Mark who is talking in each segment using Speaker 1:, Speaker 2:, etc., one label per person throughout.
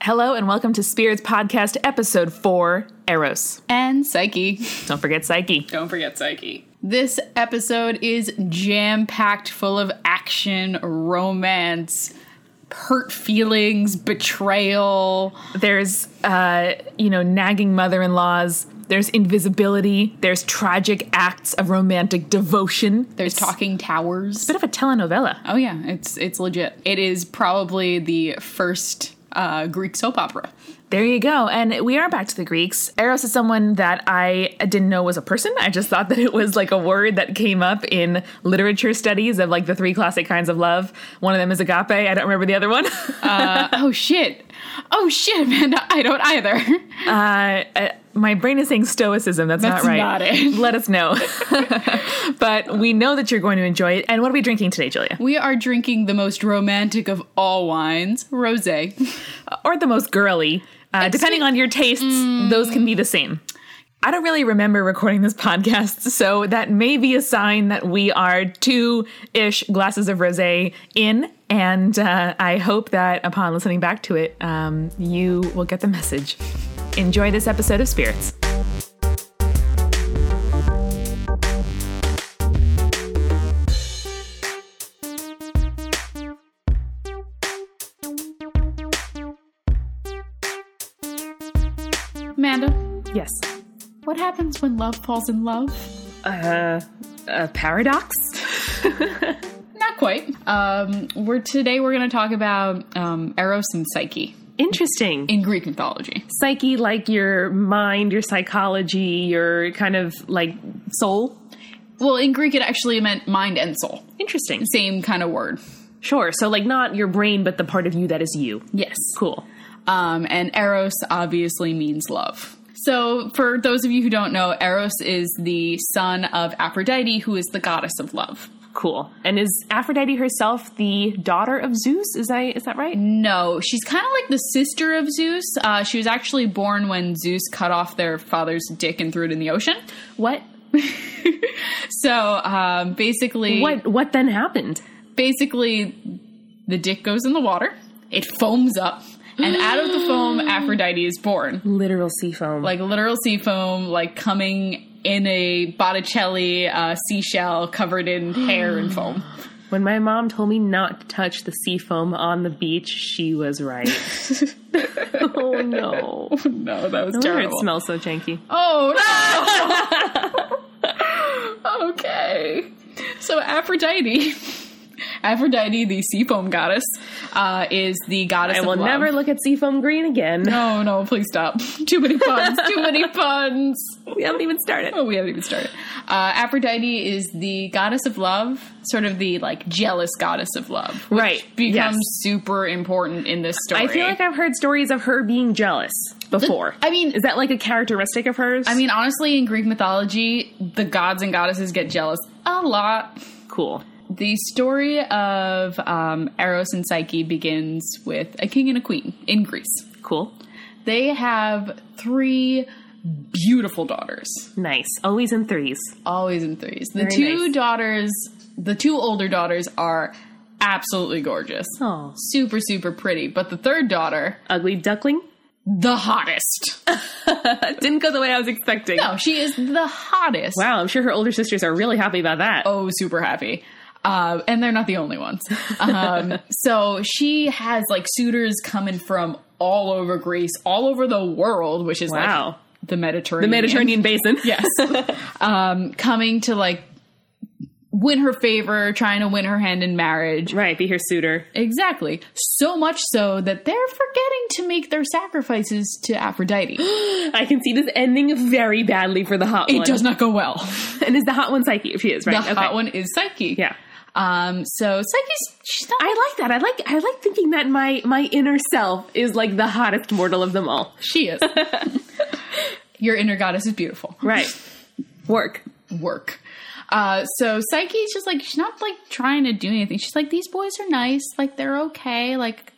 Speaker 1: Hello and welcome to Spirits Podcast, episode four Eros.
Speaker 2: and Psyche.
Speaker 1: Don't forget Psyche.
Speaker 2: Don't forget Psyche. This episode is jam packed full of action, romance, hurt feelings, betrayal.
Speaker 1: There's, uh, you know, nagging mother in laws. There's invisibility. There's tragic acts of romantic devotion.
Speaker 2: There's talking towers.
Speaker 1: Bit of a telenovela.
Speaker 2: Oh yeah, it's it's legit. It is probably the first uh, Greek soap opera.
Speaker 1: There you go. And we are back to the Greeks. Eros is someone that I didn't know was a person. I just thought that it was like a word that came up in literature studies of like the three classic kinds of love. One of them is agape. I don't remember the other one.
Speaker 2: Uh, oh shit. Oh shit, Amanda. I don't either.
Speaker 1: Uh, uh, my brain is saying stoicism. That's,
Speaker 2: That's
Speaker 1: not right.
Speaker 2: not it.
Speaker 1: Let us know. but we know that you're going to enjoy it. And what are we drinking today, Julia?
Speaker 2: We are drinking the most romantic of all wines, rosé.
Speaker 1: Or the most girly. Uh,
Speaker 2: Excuse-
Speaker 1: depending on your tastes,
Speaker 2: Mm.
Speaker 1: those can be the same. I don't really remember recording this podcast, so that may be a sign that we are two ish glasses of rose in. And uh, I hope that upon listening back to it, um, you will get the message. Enjoy this episode of Spirits.
Speaker 2: Amanda,
Speaker 1: Yes.
Speaker 2: what happens when love falls in love?
Speaker 1: Uh, a paradox?
Speaker 2: Not quite. Um, we're today we're going to talk about um, Eros and Psyche
Speaker 1: Interesting.
Speaker 2: in Greek mythology.
Speaker 1: Psyche, like your mind, your psychology, your kind of like soul.
Speaker 2: Well, in Greek it actually meant mind and soul.
Speaker 1: Interesting.
Speaker 2: Same kind of word.
Speaker 1: Sure. So, like, not your brain, but the part of you that is you.
Speaker 2: Yes.
Speaker 1: Cool.
Speaker 2: Um, and Eros obviously means love. So, for those of you who don't know, Eros is the son of Aphrodite, who is the goddess of love.
Speaker 1: Cool. And is Aphrodite herself the daughter of Zeus? Is I is that right?
Speaker 2: No, she's kind of like the sister of Zeus. Uh, she was actually born when Zeus cut off their father's dick and threw it in the ocean.
Speaker 1: What?
Speaker 2: So, um, basically,
Speaker 1: What? What then happened?
Speaker 2: basically the dick goes in the water, it foams up, and out of the foam, Aphrodite is born.
Speaker 1: Literal sea foam.
Speaker 2: Like literal sea foam, like coming in a Botticelli uh, seashell covered in hair and foam.
Speaker 1: when my mom told me not to touch the sea foam on the beach, she was right. oh no!
Speaker 2: No, that was
Speaker 1: Wonder it
Speaker 2: terrible.
Speaker 1: smells so janky.
Speaker 2: Oh no! okay. So Aphrodite, Aphrodite, the sea foam goddess, uh, is the goddess.
Speaker 1: I
Speaker 2: of
Speaker 1: will
Speaker 2: love.
Speaker 1: never look at sea foam green again.
Speaker 2: No, no, please stop. Too many puns. Too many puns.
Speaker 1: we haven't even started.
Speaker 2: Oh, we haven't even started. Uh, Aphrodite is the goddess of love, sort of the like jealous goddess of love, which
Speaker 1: Right,
Speaker 2: Becomes
Speaker 1: yes.
Speaker 2: super important in this story.
Speaker 1: I feel like I've heard stories of her being jealous before.
Speaker 2: I mean-
Speaker 1: is that like a characteristic of hers?
Speaker 2: I mean, honestly, in Greek mythology, the gods and goddesses get jealous a lot.
Speaker 1: cool.
Speaker 2: The story of um, Eros and Psyche begins with a king and a queen in Greece.
Speaker 1: Cool.
Speaker 2: They have three beautiful daughters,
Speaker 1: Nice. Always in threes.
Speaker 2: always in threes. The
Speaker 1: Very
Speaker 2: two
Speaker 1: nice.
Speaker 2: daughters, the two older daughters, are absolutely gorgeous.
Speaker 1: Oh.
Speaker 2: Super, super pretty. But the third daughter,
Speaker 1: Ugly duckling?
Speaker 2: the hottest.
Speaker 1: Didn't go the way I was expecting.
Speaker 2: No, Oh, she is the hottest.
Speaker 1: Wow, I'm sure her older sisters are really happy about that.
Speaker 2: oh super happy uh, and they're not the only ones um, so she has like suitors coming from all over greece all over the world which is
Speaker 1: Wow.
Speaker 2: like the mediterranean
Speaker 1: the Mediterranean basin.
Speaker 2: yes um, coming to like win her favor trying to win her hand in marriage
Speaker 1: Right, be her suitor.
Speaker 2: exactly so much so that they're forgetting to make their sacrifices to aphrodite
Speaker 1: I can see this ending very badly for the hot one.
Speaker 2: it does not go well
Speaker 1: And is the hot one Psyche? She is,
Speaker 2: the
Speaker 1: right?
Speaker 2: hot one is psyche
Speaker 1: Yeah.
Speaker 2: um so psyche's she's not
Speaker 1: I like that. I like I like thinking that my my inner self is like the hottest mortal of them all.
Speaker 2: She is. Your inner goddess is beautiful.
Speaker 1: Right. Work.
Speaker 2: Work. Uh, so Psyche's just like she's not like trying to do anything. She's like these boys are nice, like they're okay, like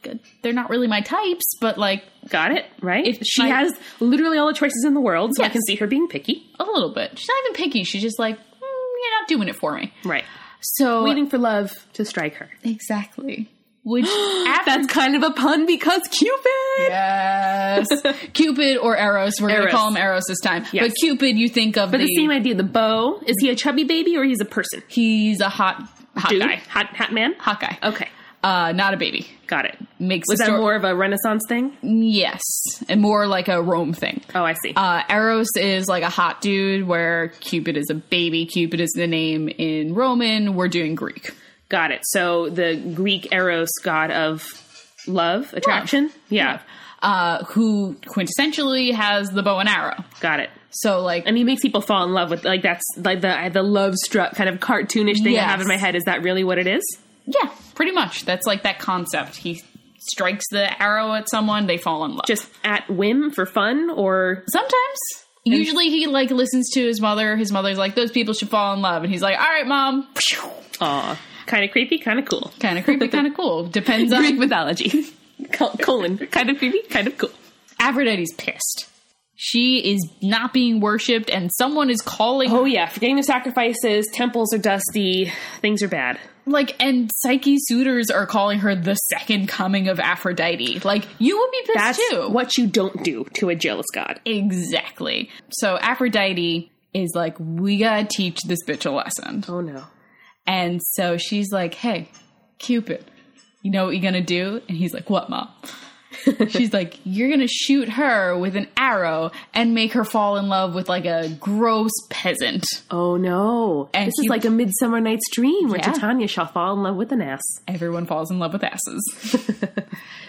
Speaker 2: they're not really my types, but like
Speaker 1: Got it, right?
Speaker 2: If
Speaker 1: she
Speaker 2: my-
Speaker 1: has literally all the choices in the world, so I
Speaker 2: Yes.
Speaker 1: can see her being picky.
Speaker 2: a little bit. She's not even picky. She's just like mm, you're not doing it for me.
Speaker 1: Right.
Speaker 2: So
Speaker 1: Waiting for love to strike her.
Speaker 2: exactly. which
Speaker 3: That's kind of a pun because Cupid.
Speaker 2: Yes. Cupid or Eros. We're going to
Speaker 1: Eros.
Speaker 2: call him Eros this time.
Speaker 1: Yes.
Speaker 2: But Cupid, you think of
Speaker 1: But
Speaker 2: the,
Speaker 1: the same idea. The bow. Is he a chubby baby or he's a person?
Speaker 2: He's a hot hot
Speaker 1: Dude,
Speaker 2: guy.
Speaker 1: hot hot man.
Speaker 2: Hot guy.
Speaker 1: Okay,
Speaker 2: Uh, not a baby.
Speaker 1: got it.
Speaker 2: Makes
Speaker 1: Was
Speaker 2: the
Speaker 1: that
Speaker 2: story-
Speaker 1: more of a Renaissance thing?
Speaker 2: Yes, and more like a Rome thing.
Speaker 1: Oh, I see.
Speaker 2: Uh, Eros is like a hot dude, where Cupid is a baby. Cupid is the name in Roman. We're doing Greek.
Speaker 1: got it. So the Greek Eros god of love, attraction. Yeah,
Speaker 2: Uh, who quintessentially has the bow and arrow.
Speaker 1: got it.
Speaker 2: So like
Speaker 1: And he makes people fall in love with like that's like the the love struck kind of cartoonish thing I have in
Speaker 2: Yes.
Speaker 1: my head. Is that really what it is?
Speaker 2: Yeah, pretty much. That's like that concept. He strikes the arrow at someone, they fall in love.
Speaker 1: Just at whim for fun, or
Speaker 2: sometimes. Usually he like listens to his mother. His mother's like, "Those people should fall in love," and he's like, "All right, mom."
Speaker 1: aw, kind of creepy, kind of cool.
Speaker 2: Kind of creepy, kind of cool. Depends
Speaker 1: Greek
Speaker 2: on
Speaker 1: mythology. Col- colon, kind of creepy, kind of cool.
Speaker 2: Aphrodite's pissed. She is not being worshipped, and someone is calling
Speaker 1: Oh yeah, forgetting the sacrifices. Temples are dusty. Things are bad.
Speaker 2: like, and Psyche suitors are calling her the second coming of Aphrodite. Like, you would be pissed
Speaker 1: That's
Speaker 2: too.
Speaker 1: what you don't do to a jealous god.
Speaker 2: Exactly. So Aphrodite is like, we gotta teach this bitch a lesson.
Speaker 1: Oh no.
Speaker 2: And so she's like, hey, Cupid, you know what you're gonna do? And he's like, what, mom? she's like, you're gonna shoot her with an arrow and make her fall in love with like a gross peasant.
Speaker 1: Oh no.
Speaker 2: And
Speaker 1: this
Speaker 2: he-
Speaker 1: is like a Midsummer Night's Dream where
Speaker 2: Yeah.
Speaker 1: Titania shall fall in love with an ass.
Speaker 2: Everyone falls in love with asses.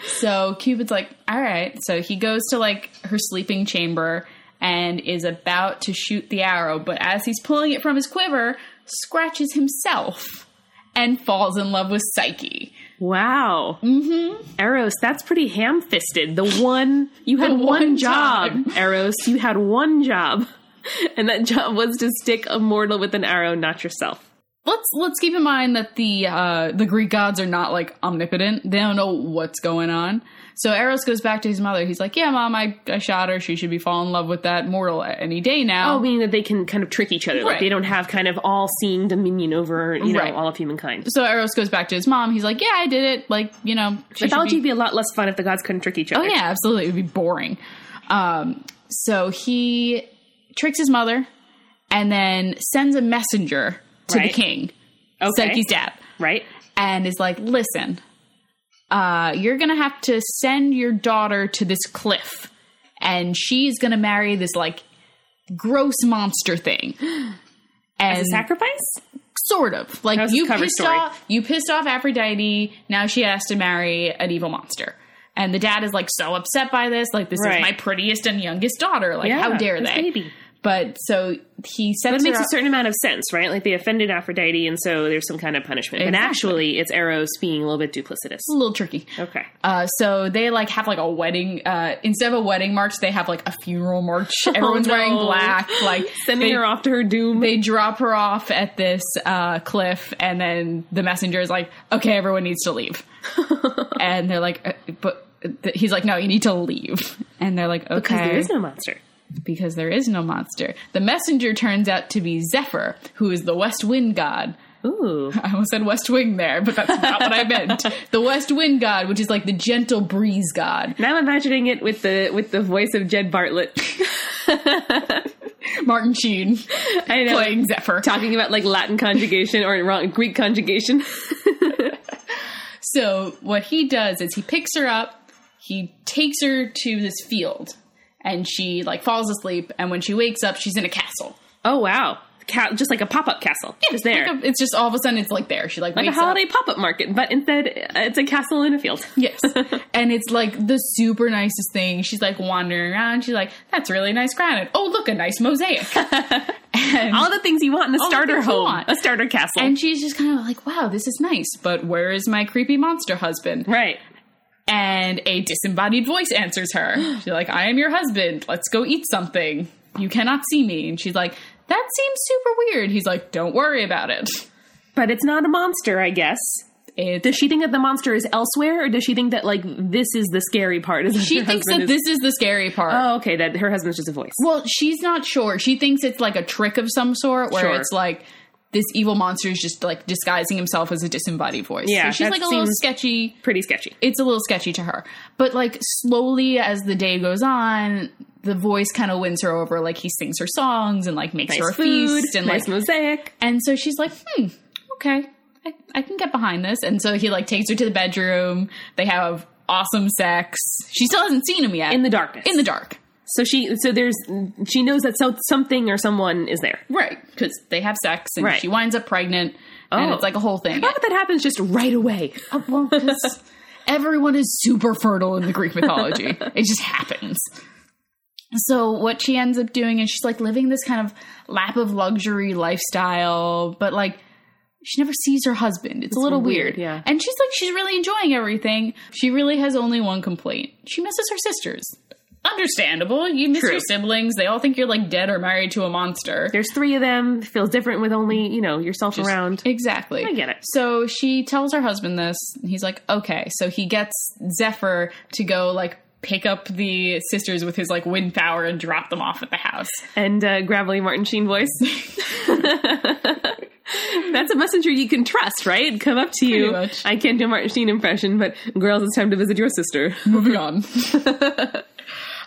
Speaker 2: so Cupid's like, all right. So he goes to like her sleeping chamber and is about to shoot the arrow, but as he's pulling it from his quiver, scratches himself and falls in love with Psyche.
Speaker 1: Wow. Mm-hmm. Eros, that's pretty ham fisted. The one you had
Speaker 2: The
Speaker 1: one,
Speaker 2: one
Speaker 1: job,
Speaker 2: time.
Speaker 1: Eros. You had one job. And that job was to stick a mortal with an arrow, not yourself.
Speaker 2: let's let's keep in mind that the uh, the Greek gods are not like omnipotent. They don't know what's going on. So Eros goes back to his mother. He's like, "Yeah, mom, I, I shot her. She should be falling in love with that mortal a- any day now."
Speaker 1: Oh, meaning that they can kind of trick each other. Like
Speaker 2: Right.
Speaker 1: they don't have kind of all seeing dominion over, you know,
Speaker 2: Right.
Speaker 1: all of humankind.
Speaker 2: so Eros goes back to his mom. He's like, "Yeah, I did it. Like, you know, she should
Speaker 1: Mythology
Speaker 2: be-
Speaker 1: would be a lot less fun if the gods couldn't trick each other.
Speaker 2: Oh yeah, absolutely. It would be boring. Um, so he tricks his mother and then sends a messenger to
Speaker 1: Right.
Speaker 2: the king,
Speaker 1: Okay.
Speaker 2: Psyche's dad.
Speaker 1: Right?
Speaker 2: and is like, listen, uh, you're gonna have to send your daughter to this cliff, and she's gonna marry this like gross monster thing. And
Speaker 1: As a sacrifice?
Speaker 2: sort of like
Speaker 1: was
Speaker 2: you
Speaker 1: the cover
Speaker 2: pissed
Speaker 1: story.
Speaker 2: off you pissed off Aphrodite. Now she has to marry an evil monster, and the dad is like so upset by this. Like this
Speaker 1: Right.
Speaker 2: is my prettiest and youngest daughter. Like how dare
Speaker 1: this
Speaker 2: they?
Speaker 1: Baby.
Speaker 2: But so he sends
Speaker 1: It makes
Speaker 2: her
Speaker 1: a
Speaker 2: out-
Speaker 1: certain amount of sense, right? Like they offended Aphrodite, and so there's some kind of punishment. But
Speaker 2: Exactly. Mm.
Speaker 1: actually, it's Eros being a little bit duplicitous.
Speaker 2: a little tricky.
Speaker 1: Okay.
Speaker 2: Uh, so they like have like a wedding. Uh, instead of a wedding march, they have like a funeral march. Everyone's
Speaker 1: Oh, no.
Speaker 2: wearing black. Like
Speaker 1: Sending
Speaker 2: they,
Speaker 1: her off to her doom.
Speaker 2: They drop her off at this uh, cliff, and then the messenger is like, "Okay, everyone needs to leave." and they're like, uh, "But." th- He's like, no, you need to leave, and they're like, okay,
Speaker 1: because there is no monster.
Speaker 2: because there is no monster. The messenger turns out to be Zephyr, who is the West Wind god,
Speaker 1: Ooh.
Speaker 2: I almost said West Wing there, but that's not what I meant. The West Wind God, which is like the gentle breeze god.
Speaker 1: Now I'm imagining it with the with the voice of Jed Bartlett.
Speaker 2: Martin Sheen
Speaker 1: I know.
Speaker 2: playing Zephyr.
Speaker 1: Talking about like Latin conjugation or wrong Greek conjugation.
Speaker 2: So what he does is he picks her up, he takes her to this field, and she like falls asleep, and when she wakes up, she's in a castle.
Speaker 1: Oh wow. Ca- just like a pop up castle. just there.
Speaker 2: Like a- it's just all of a sudden it's like there. She like
Speaker 1: like a
Speaker 2: wakes
Speaker 1: holiday pop up market, but instead uh, it's a castle in a field.
Speaker 2: up. Yes. and it's like the super nicest thing. She's like wandering around. She's like, that's really nice granite. Oh, look, a nice mosaic. and
Speaker 1: All the things you want in a
Speaker 2: the
Speaker 1: starter
Speaker 2: things you
Speaker 1: home,
Speaker 2: want.
Speaker 1: a starter castle.
Speaker 2: And she's just kind of like, wow, this is nice, but where is my creepy monster husband?
Speaker 1: right.
Speaker 2: And a disembodied voice answers her. She's like, I am your husband. Let's go eat something. You cannot see me. And she's like, that seems super weird. He's like, don't worry about it.
Speaker 1: But it's not a monster, I guess.
Speaker 2: It's
Speaker 1: Does she think that the monster is elsewhere, or does she think that like this is the scary part? Is
Speaker 2: she
Speaker 1: her
Speaker 2: thinks that
Speaker 1: husband is-
Speaker 2: this is the scary part.
Speaker 1: Oh, okay. That her husband's just a voice.
Speaker 2: Well, she's not sure. She thinks it's like a trick of some sort where
Speaker 1: Sure.
Speaker 2: it's like this evil monster is just like disguising himself as a disembodied voice.
Speaker 1: Yeah,
Speaker 2: so she's
Speaker 1: that
Speaker 2: like a little
Speaker 1: seems-
Speaker 2: sketchy.
Speaker 1: Pretty sketchy.
Speaker 2: It's a little sketchy to her, but like slowly as the day goes on, the voice kind of wins her over. Like he sings her songs and like makes her a feast and
Speaker 1: nice
Speaker 2: like
Speaker 1: mosaic.
Speaker 2: and so she's like, hmm, okay, I, I can get behind this. And so he like takes her to the bedroom. They have awesome sex. She still hasn't seen him yet.
Speaker 1: In the darkness.
Speaker 2: in the dark.
Speaker 1: so she so there's she knows that so, something or someone is there.
Speaker 2: Right. Because they have sex and
Speaker 1: Right.
Speaker 2: she winds up pregnant. And
Speaker 1: Oh.
Speaker 2: it's like a whole thing.
Speaker 1: How about that happens just right away?
Speaker 2: Uh, well, 'cause everyone is super fertile in the Greek mythology. it just happens. So what she ends up doing is she's like living this kind of lap of luxury lifestyle, but like she never sees her husband. It's, a little
Speaker 1: weird,
Speaker 2: weird.
Speaker 1: yeah.
Speaker 2: And she's like she's really enjoying everything. She really has only one complaint. She misses her sisters. Understandable. You miss
Speaker 1: True.
Speaker 2: your siblings. They all think you're like dead or married to a monster.
Speaker 1: There's three of them. Feels different with only you know yourself around.
Speaker 2: Exactly.
Speaker 1: I get it.
Speaker 2: So she tells her husband this. And he's like, okay. So he gets Zephyr to go, like, pick up the sisters with his, like, wind power and drop them off at the house.
Speaker 1: and uh, gravelly Martin Sheen voice. That's a messenger you can trust, right? Come up to you.
Speaker 2: much.
Speaker 1: I can't do a Martin Sheen impression, but girls, it's time to visit your sister.
Speaker 2: Moving on.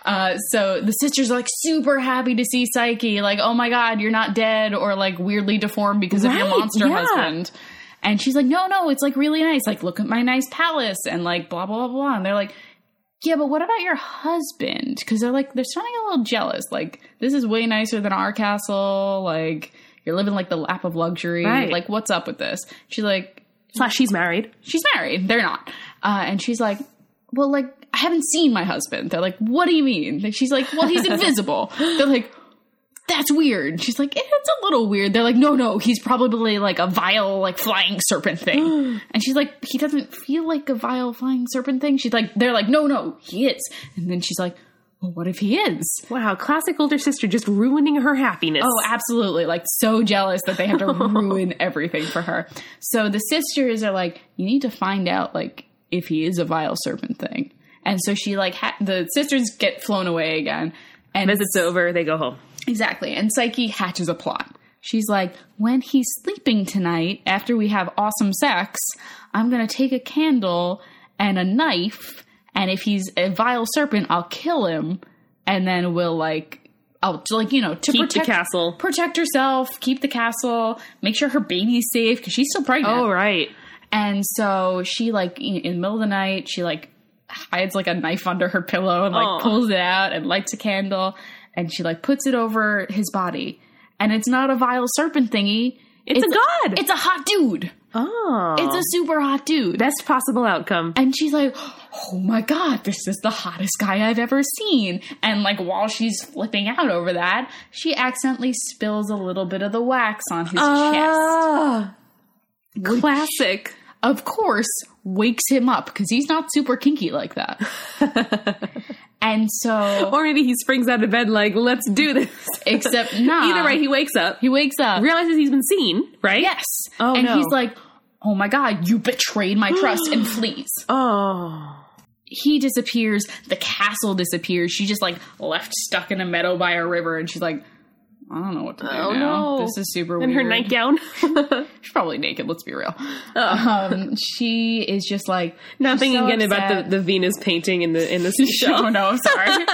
Speaker 2: Uh, so the sisters are like super happy to see Psyche, like, oh my god, you're not dead or like weirdly deformed because of your
Speaker 1: Right,
Speaker 2: monster
Speaker 1: yeah.
Speaker 2: husband. And she's like, no, no, it's like really nice. Like, look at my nice palace and like blah, blah, blah, blah. And they're like, yeah, but what about your husband? Because they're like, they're sounding a little jealous. Like, this is way nicer than our castle. Like, you're living like the lap of luxury.
Speaker 1: Right.
Speaker 2: Like, what's up with this? She's like,
Speaker 1: Slash, she's married.
Speaker 2: she's married. They're not. Uh, and she's like, well, like, I haven't seen my husband. They're like, what do you mean? Like, she's like, well, he's invisible. They're like, that's weird. She's like, eh, it's a little weird. They're like, no, no, he's probably like a vile, like flying serpent thing. and she's like, he doesn't feel like a vile flying serpent thing. She's like, they're like, no, no, he is. And then she's like, well, what if he is?
Speaker 1: Wow, classic older sister just ruining her happiness.
Speaker 2: Oh, absolutely. Like, so jealous that they have to ruin everything for her. So the sisters are like, you need to find out, like, if he is a vile serpent thing. And so she, like, ha- the sisters get flown away again. And
Speaker 1: Visit's over, they go home.
Speaker 2: Exactly. And Psyche hatches a plot. She's like, when he's sleeping tonight, after we have awesome sex, I'm going to take a candle and a knife. And if he's a vile serpent, I'll kill him. And then we'll, like, I'll, like, you know, to
Speaker 1: Keep
Speaker 2: protect,
Speaker 1: the castle.
Speaker 2: protect herself, keep the castle, make sure her baby's safe because she's still pregnant.
Speaker 1: Oh, right.
Speaker 2: And so she like in in the middle of the night, she like hides like a knife under her pillow and like
Speaker 1: Aw.
Speaker 2: pulls it out and lights a candle and she like puts it over his body. And it's not a vile serpent thingy.
Speaker 1: It's, a god.
Speaker 2: It's a hot dude.
Speaker 1: oh,
Speaker 2: It's a super hot dude.
Speaker 1: best possible outcome.
Speaker 2: And she's like, oh my God, this is the hottest guy I've ever seen. And like, while she's flipping out over that, she accidentally spills a little bit of the wax on his chest.
Speaker 1: Ah,
Speaker 2: which,
Speaker 1: classic.
Speaker 2: Of course, wakes him up because he's not super kinky like that. and so,
Speaker 1: Or maybe he springs out of bed like, let's do this.
Speaker 2: except nah,
Speaker 1: Either way, he wakes up,
Speaker 2: he wakes up.
Speaker 1: realizes he's been seen, right?
Speaker 2: Yes.
Speaker 1: Oh,
Speaker 2: and
Speaker 1: no.
Speaker 2: he's like, oh my God, you betrayed my trust and flees.
Speaker 1: Oh.
Speaker 2: he disappears, the castle disappears. She's just like left stuck in a meadow by a river, and she's like, I don't know what to do
Speaker 1: Oh,
Speaker 2: now.
Speaker 1: no.
Speaker 2: This is super
Speaker 1: in
Speaker 2: weird.
Speaker 1: her nightgown.
Speaker 2: She's probably naked. Let's be real.
Speaker 1: Oh.
Speaker 2: Um, she is just like
Speaker 1: Nothing
Speaker 2: so
Speaker 1: again about
Speaker 2: upset.
Speaker 1: the, the Venus painting in the in the seashell.
Speaker 2: Oh no, I'm sorry.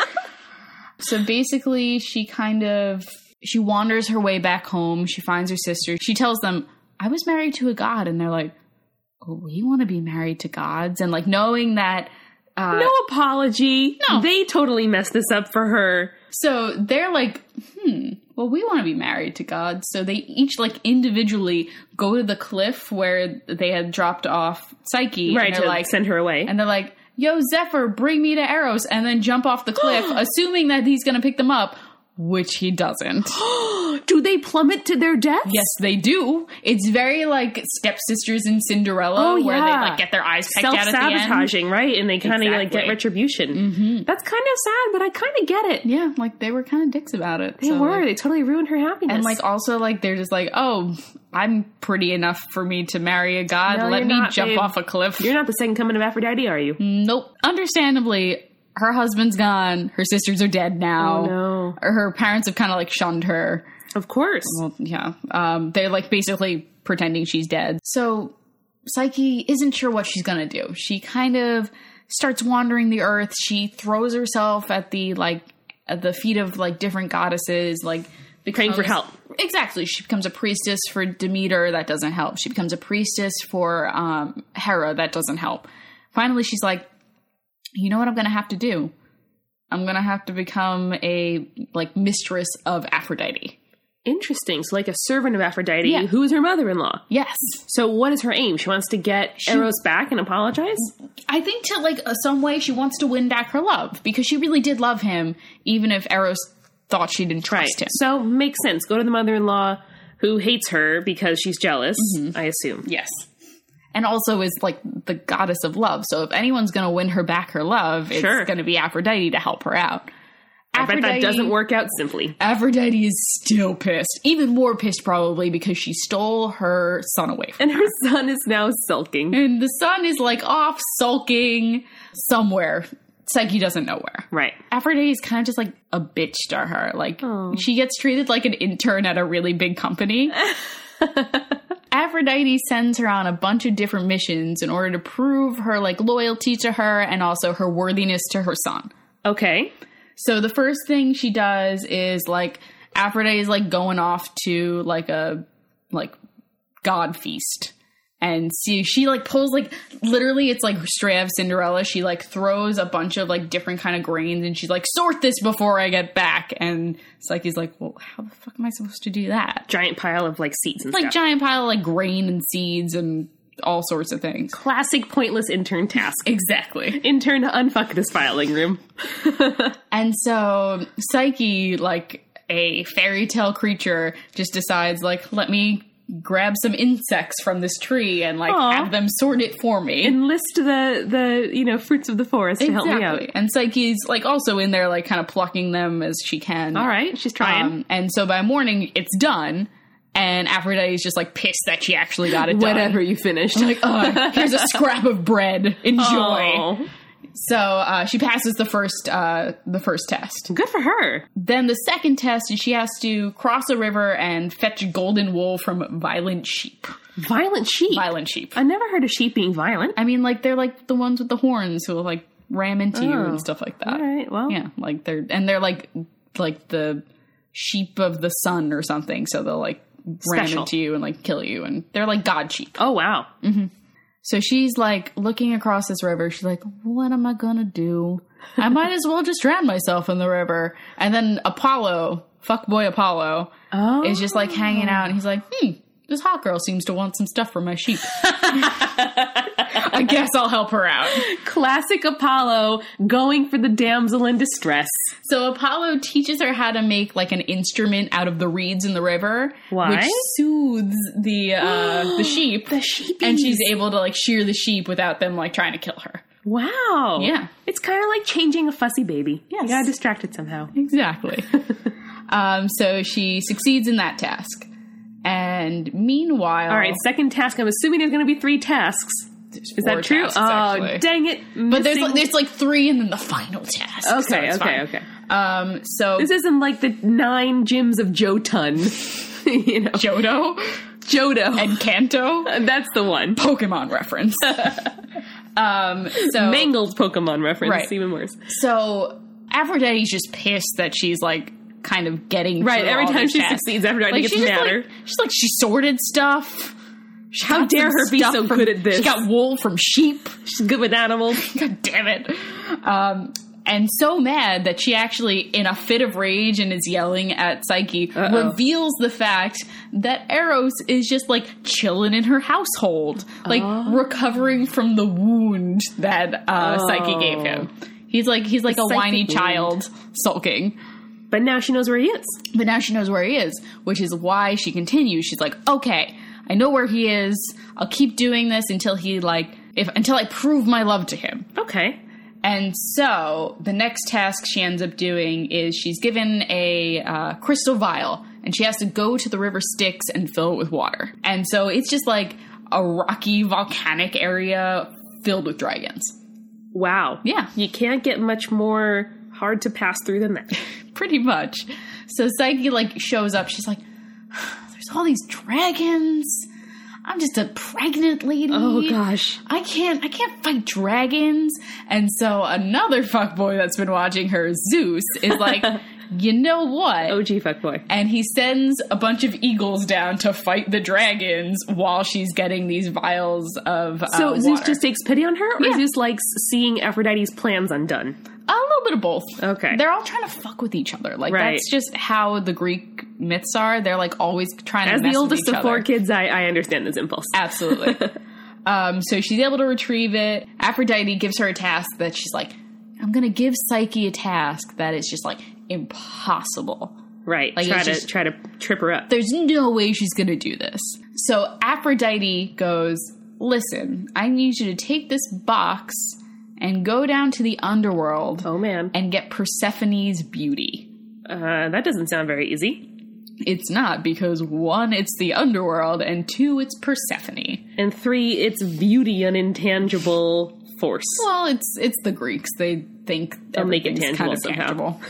Speaker 2: so basically, she kind of she wanders her way back home. She finds her sister. She tells them, "I was married to a god," and they're like, "Oh, we want to be married to gods," and like knowing that. Uh,
Speaker 1: No apology.
Speaker 2: No.
Speaker 1: They totally messed this up for her.
Speaker 2: So they're like, hmm, well, we want to be married to God. So they each, like, individually go to the cliff where they had dropped off Psyche.
Speaker 1: Right,
Speaker 2: And they're
Speaker 1: to
Speaker 2: like,
Speaker 1: send her away.
Speaker 2: and they're like, yo, Zephyr, bring me to Eros. And then jump off the cliff, assuming that he's going to pick them up, which he doesn't.
Speaker 1: Do they plummet to their deaths?
Speaker 2: yes, they do. It's very like stepsisters in Cinderella
Speaker 1: Oh,
Speaker 2: where
Speaker 1: yeah.
Speaker 2: they, like, get their eyes pecked
Speaker 1: Self
Speaker 2: out at the end.
Speaker 1: sabotaging, right? And they kind of like get
Speaker 2: Exactly.
Speaker 1: retribution. That's kind of sad, but I kind of get it.
Speaker 2: Yeah, like, they were kind of dicks about it.
Speaker 1: They
Speaker 2: so,
Speaker 1: were.
Speaker 2: like,
Speaker 1: they totally ruined her happiness.
Speaker 2: And like also like they're just like, oh, I'm pretty enough for me to marry a god.
Speaker 1: No,
Speaker 2: Let
Speaker 1: you're
Speaker 2: me
Speaker 1: not,
Speaker 2: jump
Speaker 1: babe.
Speaker 2: off a cliff.
Speaker 1: you're not the second coming of Aphrodite, are you?
Speaker 2: nope. Understandably, her husband's gone. Her sisters are dead now.
Speaker 1: Oh, no.
Speaker 2: Or her parents have kind of like shunned her.
Speaker 1: Of course.
Speaker 2: Well, yeah. Um, they're like basically pretending she's dead. So Psyche isn't sure what she's gonna do. She kind of starts wandering the earth. She throws herself at the like at the feet of like different goddesses, like
Speaker 1: Praying for help.
Speaker 2: becomes- Exactly. She becomes a priestess for Demeter. That doesn't help. She becomes a priestess for um, Hera. That doesn't help. Finally, she's like, you know what I'm gonna have to do. I'm gonna have to become a like mistress of Aphrodite.
Speaker 1: Interesting. So, like a servant of Aphrodite,
Speaker 2: Yeah.
Speaker 1: who is her mother in law.
Speaker 2: Yes.
Speaker 1: So, what is her aim? She wants to get Eros back and apologize?
Speaker 2: I think to like uh, some way she wants to win back her love because she really did love him, even if Eros thought she didn't trust him.
Speaker 1: So, makes sense. Go to the mother in law who hates her because she's jealous,
Speaker 2: Mm-hmm.
Speaker 1: I assume.
Speaker 2: Yes. And also is like the goddess of love. So if anyone's going to win her back her love, it's
Speaker 1: Sure.
Speaker 2: going to be Aphrodite to help her out.
Speaker 1: I bet that doesn't work out simply.
Speaker 2: Aphrodite is still pissed, even more pissed probably because she stole her son away from.
Speaker 1: And her son is now sulking.
Speaker 2: And the son is like off sulking somewhere. Psyche doesn't know where.
Speaker 1: Right.
Speaker 2: Aphrodite is kind of just like a bitch to her. Like she gets treated like an intern at a really big company. Aphrodite sends her on a bunch of different missions in order to prove her like loyalty to her and also her worthiness to her son.
Speaker 1: Okay.
Speaker 2: So the first thing she does is like Aphrodite is like going off to like a like god feast. And see, she like pulls like literally, it's like straight out of Cinderella. She like throws a bunch of like different kind of grains, and she's like, "Sort this before I get back." And Psyche's like, "Well, how the fuck am I supposed to do that?"
Speaker 1: Giant pile of like seeds and
Speaker 2: Like
Speaker 1: stuff.
Speaker 2: giant pile of like grain and seeds and all sorts of things.
Speaker 1: Classic pointless intern task.
Speaker 2: Exactly.
Speaker 1: intern to unfuck this filing room.
Speaker 2: And so Psyche, like a fairy tale creature, just decides, like, let me grab some insects from this tree and like
Speaker 1: Aw.
Speaker 2: have them sort it for me.
Speaker 1: Enlist the the you know fruits of the forest to help me out.
Speaker 2: And Psyche's like also in there, like kind of plucking them as she can.
Speaker 1: All right, she's trying.
Speaker 2: Um, and so by morning it's done, and Aphrodite's just like pissed that she actually got it
Speaker 1: Whatever
Speaker 2: done.
Speaker 1: you finished.
Speaker 2: Like, oh, here's a scrap of bread. Enjoy.
Speaker 1: Oh,
Speaker 2: So uh, she passes the first uh, the first test.
Speaker 1: good for her.
Speaker 2: Then the second test is she has to cross a river and fetch golden wool from violent sheep.
Speaker 1: Violent sheep.
Speaker 2: Violent sheep.
Speaker 1: I never heard of sheep being violent.
Speaker 2: I mean, like they're like the ones with the horns who will like ram into you
Speaker 1: Oh.
Speaker 2: and stuff like that.
Speaker 1: All right, well,
Speaker 2: Yeah, like they're and they're like like the sheep of the sun or something. So they'll like ram
Speaker 1: Special.
Speaker 2: into you and like kill you, and they're like god sheep.
Speaker 1: oh wow,
Speaker 2: Mm. So she's like looking across this river. She's like, "What am I gonna do? I might as well just drown myself in the river." And then Apollo, fuck boy Apollo,
Speaker 1: oh,
Speaker 2: is just like hanging out and he's like, hmm, this hot girl seems to want some stuff from my sheep. I guess I'll help her out.
Speaker 1: classic Apollo going for the damsel in distress.
Speaker 2: So Apollo teaches her how to make like an instrument out of the reeds in the river,
Speaker 1: Why?
Speaker 2: which soothes the uh, the sheep,
Speaker 1: The sheep,
Speaker 2: and she's able to like shear the sheep without them like trying to kill her.
Speaker 1: wow,
Speaker 2: Yeah.
Speaker 1: It's kind of like changing a fussy baby. Yeah,
Speaker 2: Yes.
Speaker 1: you gotta distract it somehow.
Speaker 2: Exactly. um, so she succeeds in that task, and meanwhile,
Speaker 1: All right, second task. I'm assuming there's gonna be three tasks. Is that true? oh, dang it!
Speaker 2: But there's
Speaker 1: Missing-
Speaker 2: like, there's like three, and then the final task. so
Speaker 1: Okay,
Speaker 2: it's
Speaker 1: okay,
Speaker 2: fine.
Speaker 1: okay.
Speaker 2: Um, so
Speaker 1: This isn't like the nine gyms of Jotun. you know,
Speaker 2: Jodo
Speaker 1: Jodo.
Speaker 2: and Kanto
Speaker 1: That's the one.
Speaker 2: Pokemon reference. um, so
Speaker 1: Mangled Pokemon reference.
Speaker 2: Right.
Speaker 1: Even worse.
Speaker 2: so Aphrodite's just pissed that she's like kind of getting
Speaker 1: Right.
Speaker 2: through
Speaker 1: Every
Speaker 2: all
Speaker 1: time
Speaker 2: these
Speaker 1: she
Speaker 2: tasks.
Speaker 1: succeeds, Aphrodite
Speaker 2: Like
Speaker 1: gets
Speaker 2: she just
Speaker 1: madder.
Speaker 2: like she's like she sorted stuff. She
Speaker 1: How
Speaker 2: got
Speaker 1: dare
Speaker 2: some
Speaker 1: her be
Speaker 2: stuff
Speaker 1: so
Speaker 2: from-
Speaker 1: good at this?
Speaker 2: She got wool from sheep.
Speaker 1: She's good with animals.
Speaker 2: God damn it. Um, and so mad that she actually, in a fit of rage and is yelling at Psyche,
Speaker 1: Uh-oh.
Speaker 2: reveals the fact that Eros is just like chilling in her household, like
Speaker 1: Oh.
Speaker 2: recovering from the wound that uh, Psyche gave him. He's like he's like a
Speaker 1: psychic
Speaker 2: whiny
Speaker 1: Oh. wound.
Speaker 2: child sulking,
Speaker 1: But now she knows where he is.
Speaker 2: but now she knows where he is, which is why she continues. She's like, okay, I know where he is. I'll keep doing this until he like if until I prove my love to him.
Speaker 1: Okay.
Speaker 2: And so the next task she ends up doing is she's given a uh, crystal vial and she has to go to the river Styx and fill it with water. And so it's just like a rocky volcanic area filled with dragons.
Speaker 1: Wow.
Speaker 2: Yeah.
Speaker 1: You can't get much more hard to pass through than that.
Speaker 2: pretty much. So Psyche like shows up. She's like, "There's all these dragons. I'm just a pregnant lady.
Speaker 1: Oh gosh.
Speaker 2: I can't. I can't fight dragons." And so another fuckboy that's been watching her, Zeus, is like, "You know what?"
Speaker 1: OG fuckboy.
Speaker 2: and he sends a bunch of eagles down to fight the dragons while she's getting these vials of uh,
Speaker 1: So Zeus
Speaker 2: water.
Speaker 1: just takes pity on her, or
Speaker 2: Yeah.
Speaker 1: Zeus likes seeing Aphrodite's plans undone.
Speaker 2: a little bit of both.
Speaker 1: Okay.
Speaker 2: they're all trying to fuck with each other. Like
Speaker 1: Right.
Speaker 2: that's just how the Greek myths are. They're like always trying
Speaker 1: As
Speaker 2: to mess
Speaker 1: the oldest
Speaker 2: with each
Speaker 1: of four
Speaker 2: other.
Speaker 1: kids, I, I understand this impulse.
Speaker 2: Absolutely. um, so she's able to retrieve it. Aphrodite gives her a task that she's like, "I'm gonna give Psyche a task that is just like impossible."
Speaker 1: Right.
Speaker 2: Like,
Speaker 1: try
Speaker 2: it's
Speaker 1: to
Speaker 2: just-
Speaker 1: try to trip her up.
Speaker 2: there's no way she's going to do this. So Aphrodite goes, Listen, I need you to take this box and go down to the underworld
Speaker 1: Oh man.
Speaker 2: and get Persephone's beauty.
Speaker 1: Uh, that doesn't sound very easy.
Speaker 2: It's not because one, it's the underworld, and two, it's Persephone.
Speaker 1: And three, it's beauty, an intangible force.
Speaker 2: Well, it's it's the Greeks. They think
Speaker 1: They'll make it
Speaker 2: everything's
Speaker 1: tangible
Speaker 2: tangible.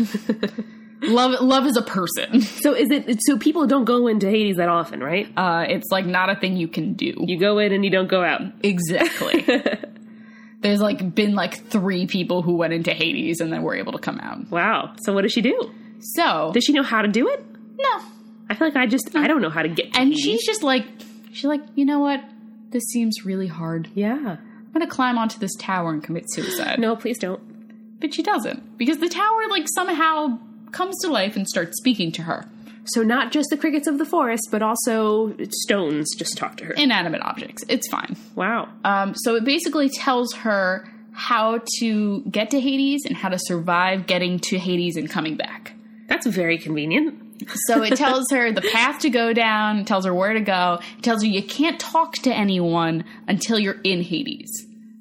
Speaker 2: love love is a person.
Speaker 1: So is it? So people don't go into Hades that often, right?
Speaker 2: Uh, it's like not a thing you can do.
Speaker 1: You go in and you don't go out.
Speaker 2: Exactly. There's like been like three people who went into Hades and then were able to come out.
Speaker 1: Wow. So what does she do?
Speaker 2: So
Speaker 1: Does she know how to do it?
Speaker 2: no,
Speaker 1: I feel like I just I don't know how to get. To
Speaker 2: and
Speaker 1: Hades.
Speaker 2: she's just like she's like you know what? This seems really hard.
Speaker 1: yeah.
Speaker 2: I'm gonna climb onto this tower and commit suicide.
Speaker 1: No, please don't.
Speaker 2: But she doesn't because the tower like somehow comes to life and starts speaking to her,
Speaker 1: So not just the crickets of the forest, but also stones just talk to her.
Speaker 2: inanimate objects. It's fine.
Speaker 1: wow.
Speaker 2: Um, so it basically tells her how to get to Hades and how to survive getting to Hades and coming back.
Speaker 1: That's very convenient.
Speaker 2: So it tells her the path to go down, it tells her where to go, it tells her you can't talk to anyone until you're in Hades.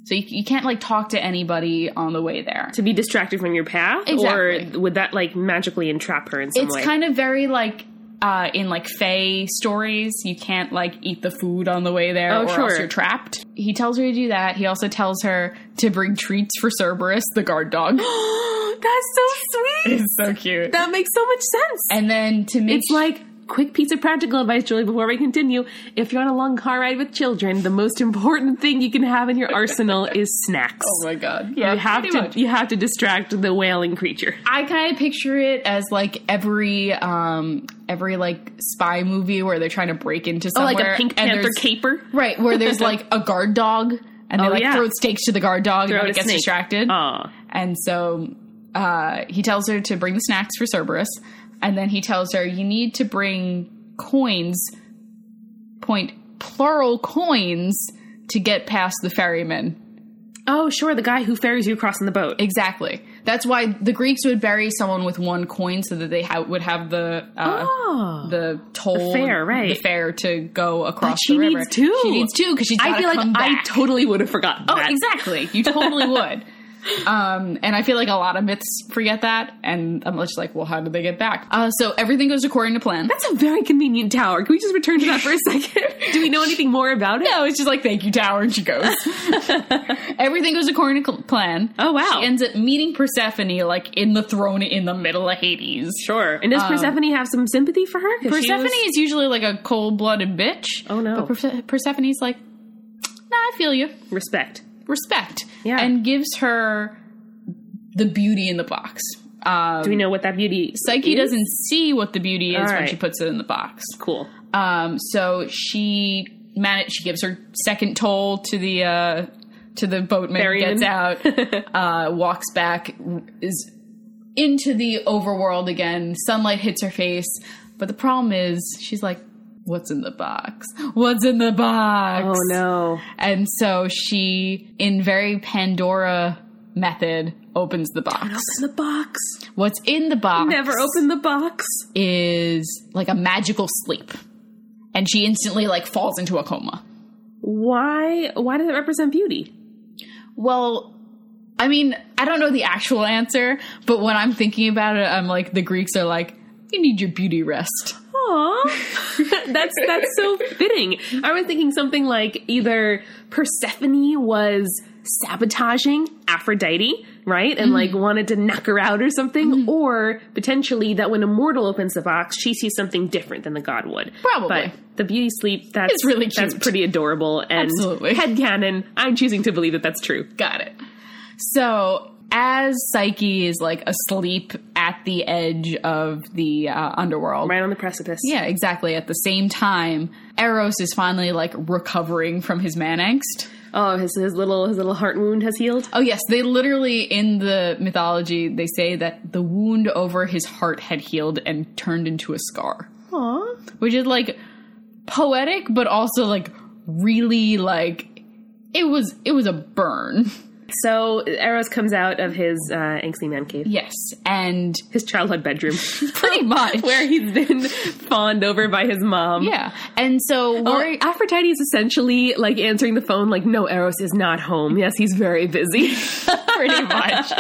Speaker 2: So you, you can't like talk to anybody on the way there.
Speaker 1: To be distracted from your path,
Speaker 2: Exactly.
Speaker 1: or would that like magically entrap her in some
Speaker 2: It's
Speaker 1: way?
Speaker 2: kind of very like uh, in like Fae stories, you can't like eat the food on the way there
Speaker 1: Oh,
Speaker 2: or else
Speaker 1: sure.
Speaker 2: you're trapped. He tells her to do that. He also tells her to bring treats for Cerberus, the guard dog.
Speaker 1: That's so sweet.
Speaker 2: it's so cute.
Speaker 1: That makes so much sense.
Speaker 2: and then to make
Speaker 1: It's like quick piece of practical advice, Julie, before we continue. If you're on a long car ride with children, the most important thing you can have in your arsenal is snacks.
Speaker 2: oh my god,
Speaker 1: you have
Speaker 2: pretty
Speaker 1: to
Speaker 2: much.
Speaker 1: you have to distract the wailing creature.
Speaker 2: I kind of picture it as like every um every like spy movie where they're trying to break into somewhere,
Speaker 1: Oh, like a Pink
Speaker 2: and
Speaker 1: Panther
Speaker 2: there's-
Speaker 1: caper.
Speaker 2: right? Where there's like a guard dog, and they
Speaker 1: Oh,
Speaker 2: like
Speaker 1: yeah.
Speaker 2: throw stakes to the guard dog,
Speaker 1: Throw
Speaker 2: and
Speaker 1: it
Speaker 2: then it
Speaker 1: a
Speaker 2: gets
Speaker 1: snake.
Speaker 2: distracted,
Speaker 1: Aw.
Speaker 2: and so uh, he tells her to bring the snacks for Cerberus, and then he tells her you need to bring coins, point plural coins, to get past the ferryman.
Speaker 1: Oh, sure, the guy who ferries you across in the boat.
Speaker 2: Exactly. That's why the Greeks would bury someone with one coin so that they ha- would have the uh,
Speaker 1: Oh.
Speaker 2: the toll
Speaker 1: The fare, right. Oh,
Speaker 2: the fare to go across
Speaker 1: she
Speaker 2: the river.
Speaker 1: needs two.
Speaker 2: She needs two because she's.
Speaker 1: I
Speaker 2: gotta
Speaker 1: feel like
Speaker 2: come
Speaker 1: I
Speaker 2: back.
Speaker 1: totally would have forgotten
Speaker 2: Oh,
Speaker 1: that.
Speaker 2: exactly. You totally would. Um, and I feel like a lot of myths forget that, and I'm just like, well, how did they get back? Uh, so everything goes according to plan.
Speaker 1: That's a very convenient tower. Can we just return to that for a second? Do we know anything more about it?
Speaker 2: No, it's just like, thank you, Tower, and she goes. everything goes according to cl- plan.
Speaker 1: Oh, wow.
Speaker 2: She ends up meeting Persephone, like, in the throne in the middle of Hades.
Speaker 1: Sure. And does Persephone have some sympathy for her? 'Cause she
Speaker 2: Persephone
Speaker 1: was-
Speaker 2: is usually like a cold blooded bitch.
Speaker 1: Oh, no.
Speaker 2: But Perse- Persephone's like, nah, I feel you.
Speaker 1: respect.
Speaker 2: Respect.
Speaker 1: Yeah.
Speaker 2: And gives her the beauty in the box. Um,
Speaker 1: Do we know what that Mm-hmm. beauty
Speaker 2: Psyche
Speaker 1: is?
Speaker 2: doesn't see what the beauty is
Speaker 1: All
Speaker 2: when
Speaker 1: right.
Speaker 2: she puts it in the box.
Speaker 1: Cool.
Speaker 2: Um, so she manage she gives her second toll to the uh, to the boatman,
Speaker 1: Ferryman.
Speaker 2: gets out, uh, walks back, is into the overworld again. Sunlight hits her face, but the problem is she's like, "What's in the box? What's in the box?"
Speaker 1: Oh no.
Speaker 2: And so she, in very Pandora method, opens the box.
Speaker 1: The box.
Speaker 2: What's in the box?
Speaker 1: Never open the box.
Speaker 2: is like a magical sleep. And she instantly like falls into a coma.
Speaker 1: Why why does it represent beauty?
Speaker 2: Well, I mean, I don't know the actual answer, but when I'm thinking about it, I'm like the Greeks are like, you need your beauty rest.
Speaker 1: Aw. that's that's so fitting. I was thinking something like either Persephone was sabotaging Aphrodite, right? And
Speaker 2: Mm.
Speaker 1: like wanted to knock her out or something.
Speaker 2: Mm-hmm.
Speaker 1: Or potentially that when a mortal opens the box, she sees something different than the god would.
Speaker 2: Probably.
Speaker 1: But the beauty sleep, that's
Speaker 2: It's really
Speaker 1: That's
Speaker 2: cute.
Speaker 1: pretty adorable. And
Speaker 2: Absolutely.
Speaker 1: headcanon, I'm choosing to believe that that's true.
Speaker 2: Got it. So as Psyche is like asleep at the edge of the uh, underworld.
Speaker 1: Right on the precipice.
Speaker 2: Yeah, exactly. At the same time, Eros is finally like recovering from his man angst.
Speaker 1: Oh, his, his little his little heart wound has healed.
Speaker 2: Oh yes, they literally in the mythology they say that the wound over his heart had healed and turned into a scar,
Speaker 1: Aww.
Speaker 2: which is like poetic but also like really like it was it was a burn.
Speaker 1: So Eros comes out of his uh, angsty man cave,
Speaker 2: Yes, and
Speaker 1: his childhood bedroom,
Speaker 2: pretty much
Speaker 1: where he's been fawned over by his mom.
Speaker 2: yeah. And so
Speaker 1: Or
Speaker 2: Lori-
Speaker 1: Aphrodite is essentially like answering the phone, like, no, Eros is not home. Yes, he's very busy.
Speaker 2: pretty much.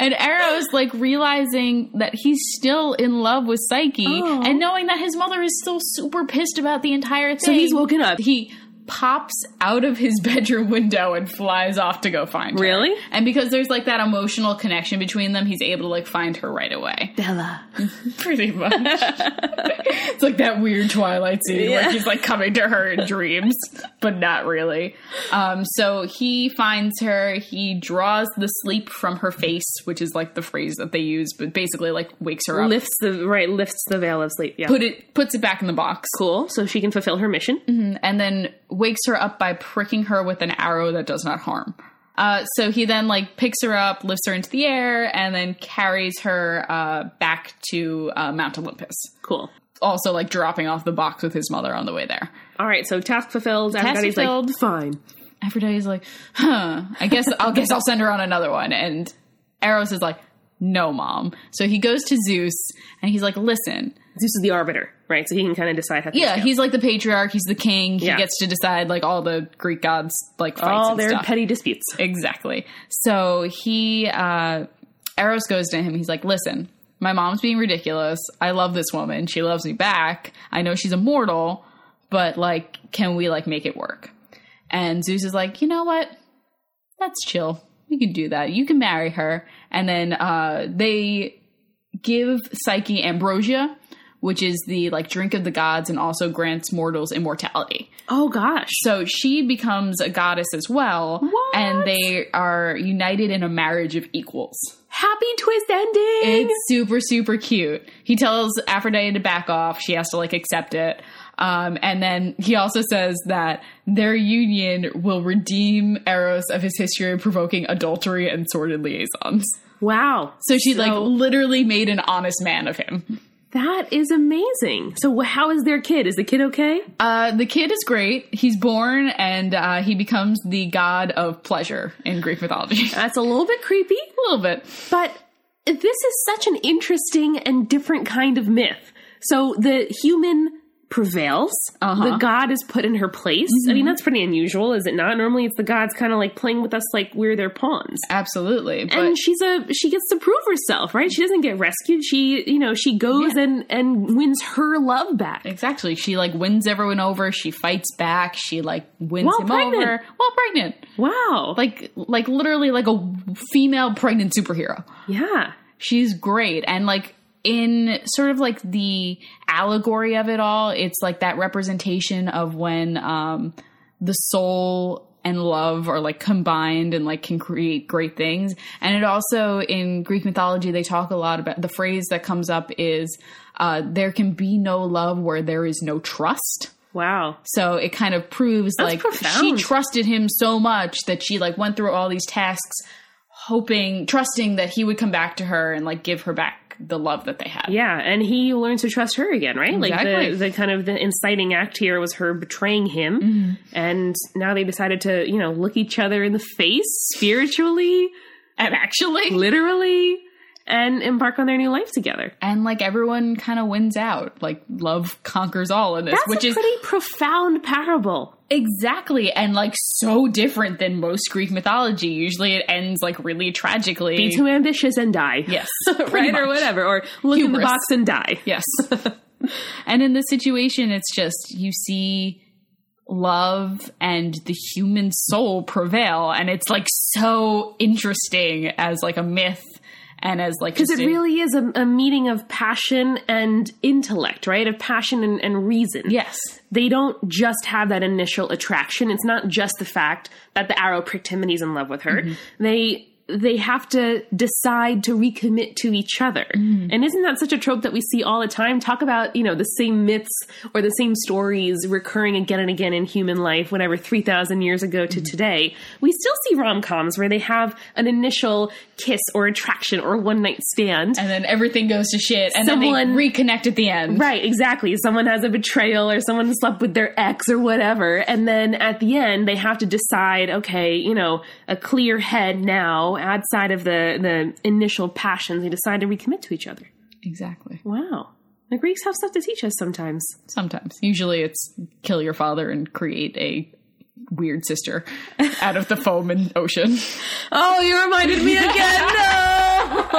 Speaker 2: and Eros like realizing that he's still in love with Psyche
Speaker 1: Oh.
Speaker 2: and knowing that his mother is still super pissed about the entire thing.
Speaker 1: so he's woken up.
Speaker 2: He pops out of his bedroom window and flies off to go find her.
Speaker 1: Really?
Speaker 2: And because there's like that emotional connection between them, he's able to like find her right away.
Speaker 1: Bella.
Speaker 2: Pretty much. it's like that weird Twilight scene
Speaker 1: Yeah.
Speaker 2: where he's like coming to her in dreams, but not really. Um, so he finds her. He draws the sleep from her face, which is like the phrase that they use, but basically like wakes her up.
Speaker 1: Lifts the right, lifts the veil of sleep. Yeah.
Speaker 2: Put Mm-hmm. it puts it back in the box,
Speaker 1: cool. So she can fulfill her mission.
Speaker 2: and then wakes her up by pricking her with an arrow that does not harm. Uh, so he then like picks her up, lifts her into the air, and then carries her uh, back to uh, Mount Olympus.
Speaker 1: Cool.
Speaker 2: also like dropping off the box with his mother on the way there.
Speaker 1: All right. So task fulfilled. Aphrodite's
Speaker 2: fulfilled.
Speaker 1: like, fine.
Speaker 2: Aphrodite's like, huh, I guess I'll guess I'll send her on another one. And Eros is like, no, mom. So he goes to Zeus and he's like, listen,
Speaker 1: Zeus is the arbiter, right? So he can kind of decide how. things
Speaker 2: yeah,
Speaker 1: go.
Speaker 2: he's like the patriarch, he's the king, he
Speaker 1: Yeah.
Speaker 2: gets to decide like all the Greek gods like fights
Speaker 1: all
Speaker 2: and
Speaker 1: their
Speaker 2: stuff.
Speaker 1: petty disputes.
Speaker 2: Exactly. So he, uh, Eros goes to him. He's like, listen, my mom's being ridiculous. I love this woman. She loves me back. I know she's immortal, but like, can we like make it work? And Zeus is like, you know what? That's chill. You can do that. You can marry her. And then, uh, they give Psyche ambrosia, which is the like drink of the gods and also grants mortals immortality.
Speaker 1: Oh gosh.
Speaker 2: So she becomes a goddess as well,
Speaker 1: What?
Speaker 2: and they are united in a marriage of equals.
Speaker 1: Happy twist ending.
Speaker 2: It's super super cute. He tells Aphrodite to back off. She has to like accept it. Um, and then he also says that their union will redeem Eros of his history of provoking adultery and sordid liaisons.
Speaker 1: wow.
Speaker 2: So she like
Speaker 1: So-
Speaker 2: literally made an honest man of him.
Speaker 1: That is amazing. So wh- how is their kid? Is the kid okay?
Speaker 2: Uh, the kid is great. He's born and uh, he becomes the god of pleasure in Greek mythology.
Speaker 1: That's a little bit creepy,
Speaker 2: a little bit.
Speaker 1: but this is such an interesting and different kind of myth. So the human prevails.
Speaker 2: Uh-huh. Mm-hmm.
Speaker 1: The god is put in her place. I mean, that's pretty unusual, is it not? Normally it's the gods kind of like playing with us like we're their pawns.
Speaker 2: Absolutely. But
Speaker 1: and she's a she gets to prove herself, right? She doesn't get rescued. She, you know, she goes and and wins her love back.
Speaker 2: exactly. She like wins everyone over. She fights back. She like wins
Speaker 1: While
Speaker 2: him
Speaker 1: pregnant.
Speaker 2: over while pregnant.
Speaker 1: Wow.
Speaker 2: Like like literally like a female pregnant superhero.
Speaker 1: yeah.
Speaker 2: She's great and like in sort of like the allegory of it all, it's like that representation of when um the soul and love are like combined and like can create great things. And it also in Greek mythology, they talk a lot about the phrase that comes up is uh, there can be no love where there is no trust.
Speaker 1: Wow.
Speaker 2: So it kind of proves like she
Speaker 1: profound.
Speaker 2: trusted him so much that she like went through all these tasks, hoping, trusting that he would come back to her and like give her back the love that they had.
Speaker 1: Yeah, and he learned to trust her again, right? Like
Speaker 2: Exactly.
Speaker 1: the, the kind of the inciting act here was her betraying him, and now they decided to you know look each other in the face spiritually,
Speaker 2: And actually,
Speaker 1: literally, and embark on their new life together.
Speaker 2: and like everyone kind of wins out. Like love conquers all in this,
Speaker 1: That's
Speaker 2: which
Speaker 1: a
Speaker 2: is
Speaker 1: pretty profound parable.
Speaker 2: exactly and like so different than most Greek mythology. Usually it ends like really tragically.
Speaker 1: Be too ambitious and die.
Speaker 2: yes. pretty
Speaker 1: right or
Speaker 2: much.
Speaker 1: whatever, or look in the
Speaker 2: Hubris.
Speaker 1: box and die.
Speaker 2: Yes. and in this situation, it's just you see love and the human soul prevail and it's like so interesting as like a myth and as like
Speaker 1: Because
Speaker 2: just
Speaker 1: it
Speaker 2: a-
Speaker 1: really is a, a meeting of passion and intellect, right? Of passion and, and reason.
Speaker 2: yes
Speaker 1: They don't just have that initial attraction. It's not just the fact that the arrow pricked him and he's in love with her. They they have to decide to recommit to each other. And isn't that such a trope that we see all the time? Talk about, you know, the same myths or the same stories recurring again and again in human life, whatever 3,000 years ago to today. We still see rom coms where they have an initial kiss or attraction or one night stand.
Speaker 2: and then everything goes to shit and then
Speaker 1: Someone-
Speaker 2: they reconnect at the end
Speaker 1: Right, exactly. Someone has a betrayal or someone slept with their ex or whatever. And then at the end, they have to decide, okay, you know, a clear head now outside of the, the initial passions. They decide to recommit to each other.
Speaker 2: exactly
Speaker 1: Wow. The Greeks have stuff to teach us sometimes.
Speaker 2: sometimes usually it's kill your father and create a weird sister out of the foam and ocean
Speaker 1: Oh, you reminded me again.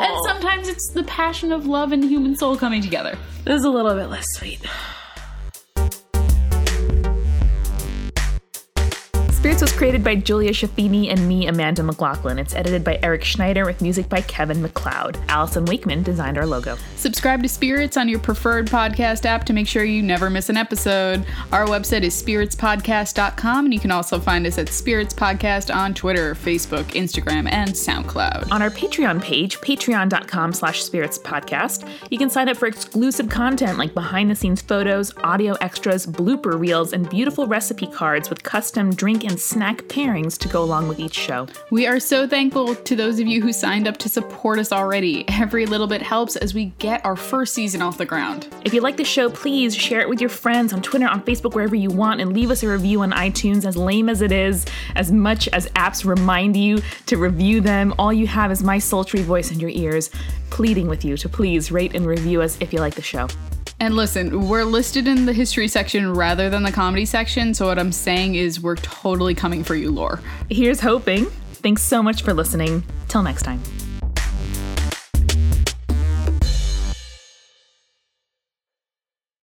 Speaker 2: and sometimes it's the passion of love and human soul coming together
Speaker 1: this is a little bit less sweet.
Speaker 3: Spirits was created by Julia Shafini and me, Amanda McLaughlin. It's edited by Eric Schneider with music by Kevin McLeod. Allison Wakeman designed our logo.
Speaker 2: Subscribe to Spirits on your preferred podcast app to make sure you never miss an episode. Our website is spiritspodcast.com, and you can also find us at Spirits Podcast on Twitter, Facebook, Instagram, and SoundCloud.
Speaker 3: on our Patreon page, patreon.com slash spirits podcast. You can sign up for exclusive content like behind the scenes photos, audio extras, blooper reels, and beautiful recipe cards with custom drink and snack pairings to go along with each show.
Speaker 2: We are so thankful to those of you who signed up to support us already. Every little bit helps as we get our first season off the ground.
Speaker 3: If you like the show, please share it with your friends on Twitter, on Facebook, wherever you want, and leave us a review on iTunes. As lame as it is, as much as apps remind you to review them, all you have is my sultry voice in your ears, pleading with you to please rate and review us if you like the show.
Speaker 2: And listen, we're listed in the history section rather than the comedy section, so what I'm saying is we're totally coming for you, lore.
Speaker 3: Here's hoping. Thanks so much for listening. Till next time.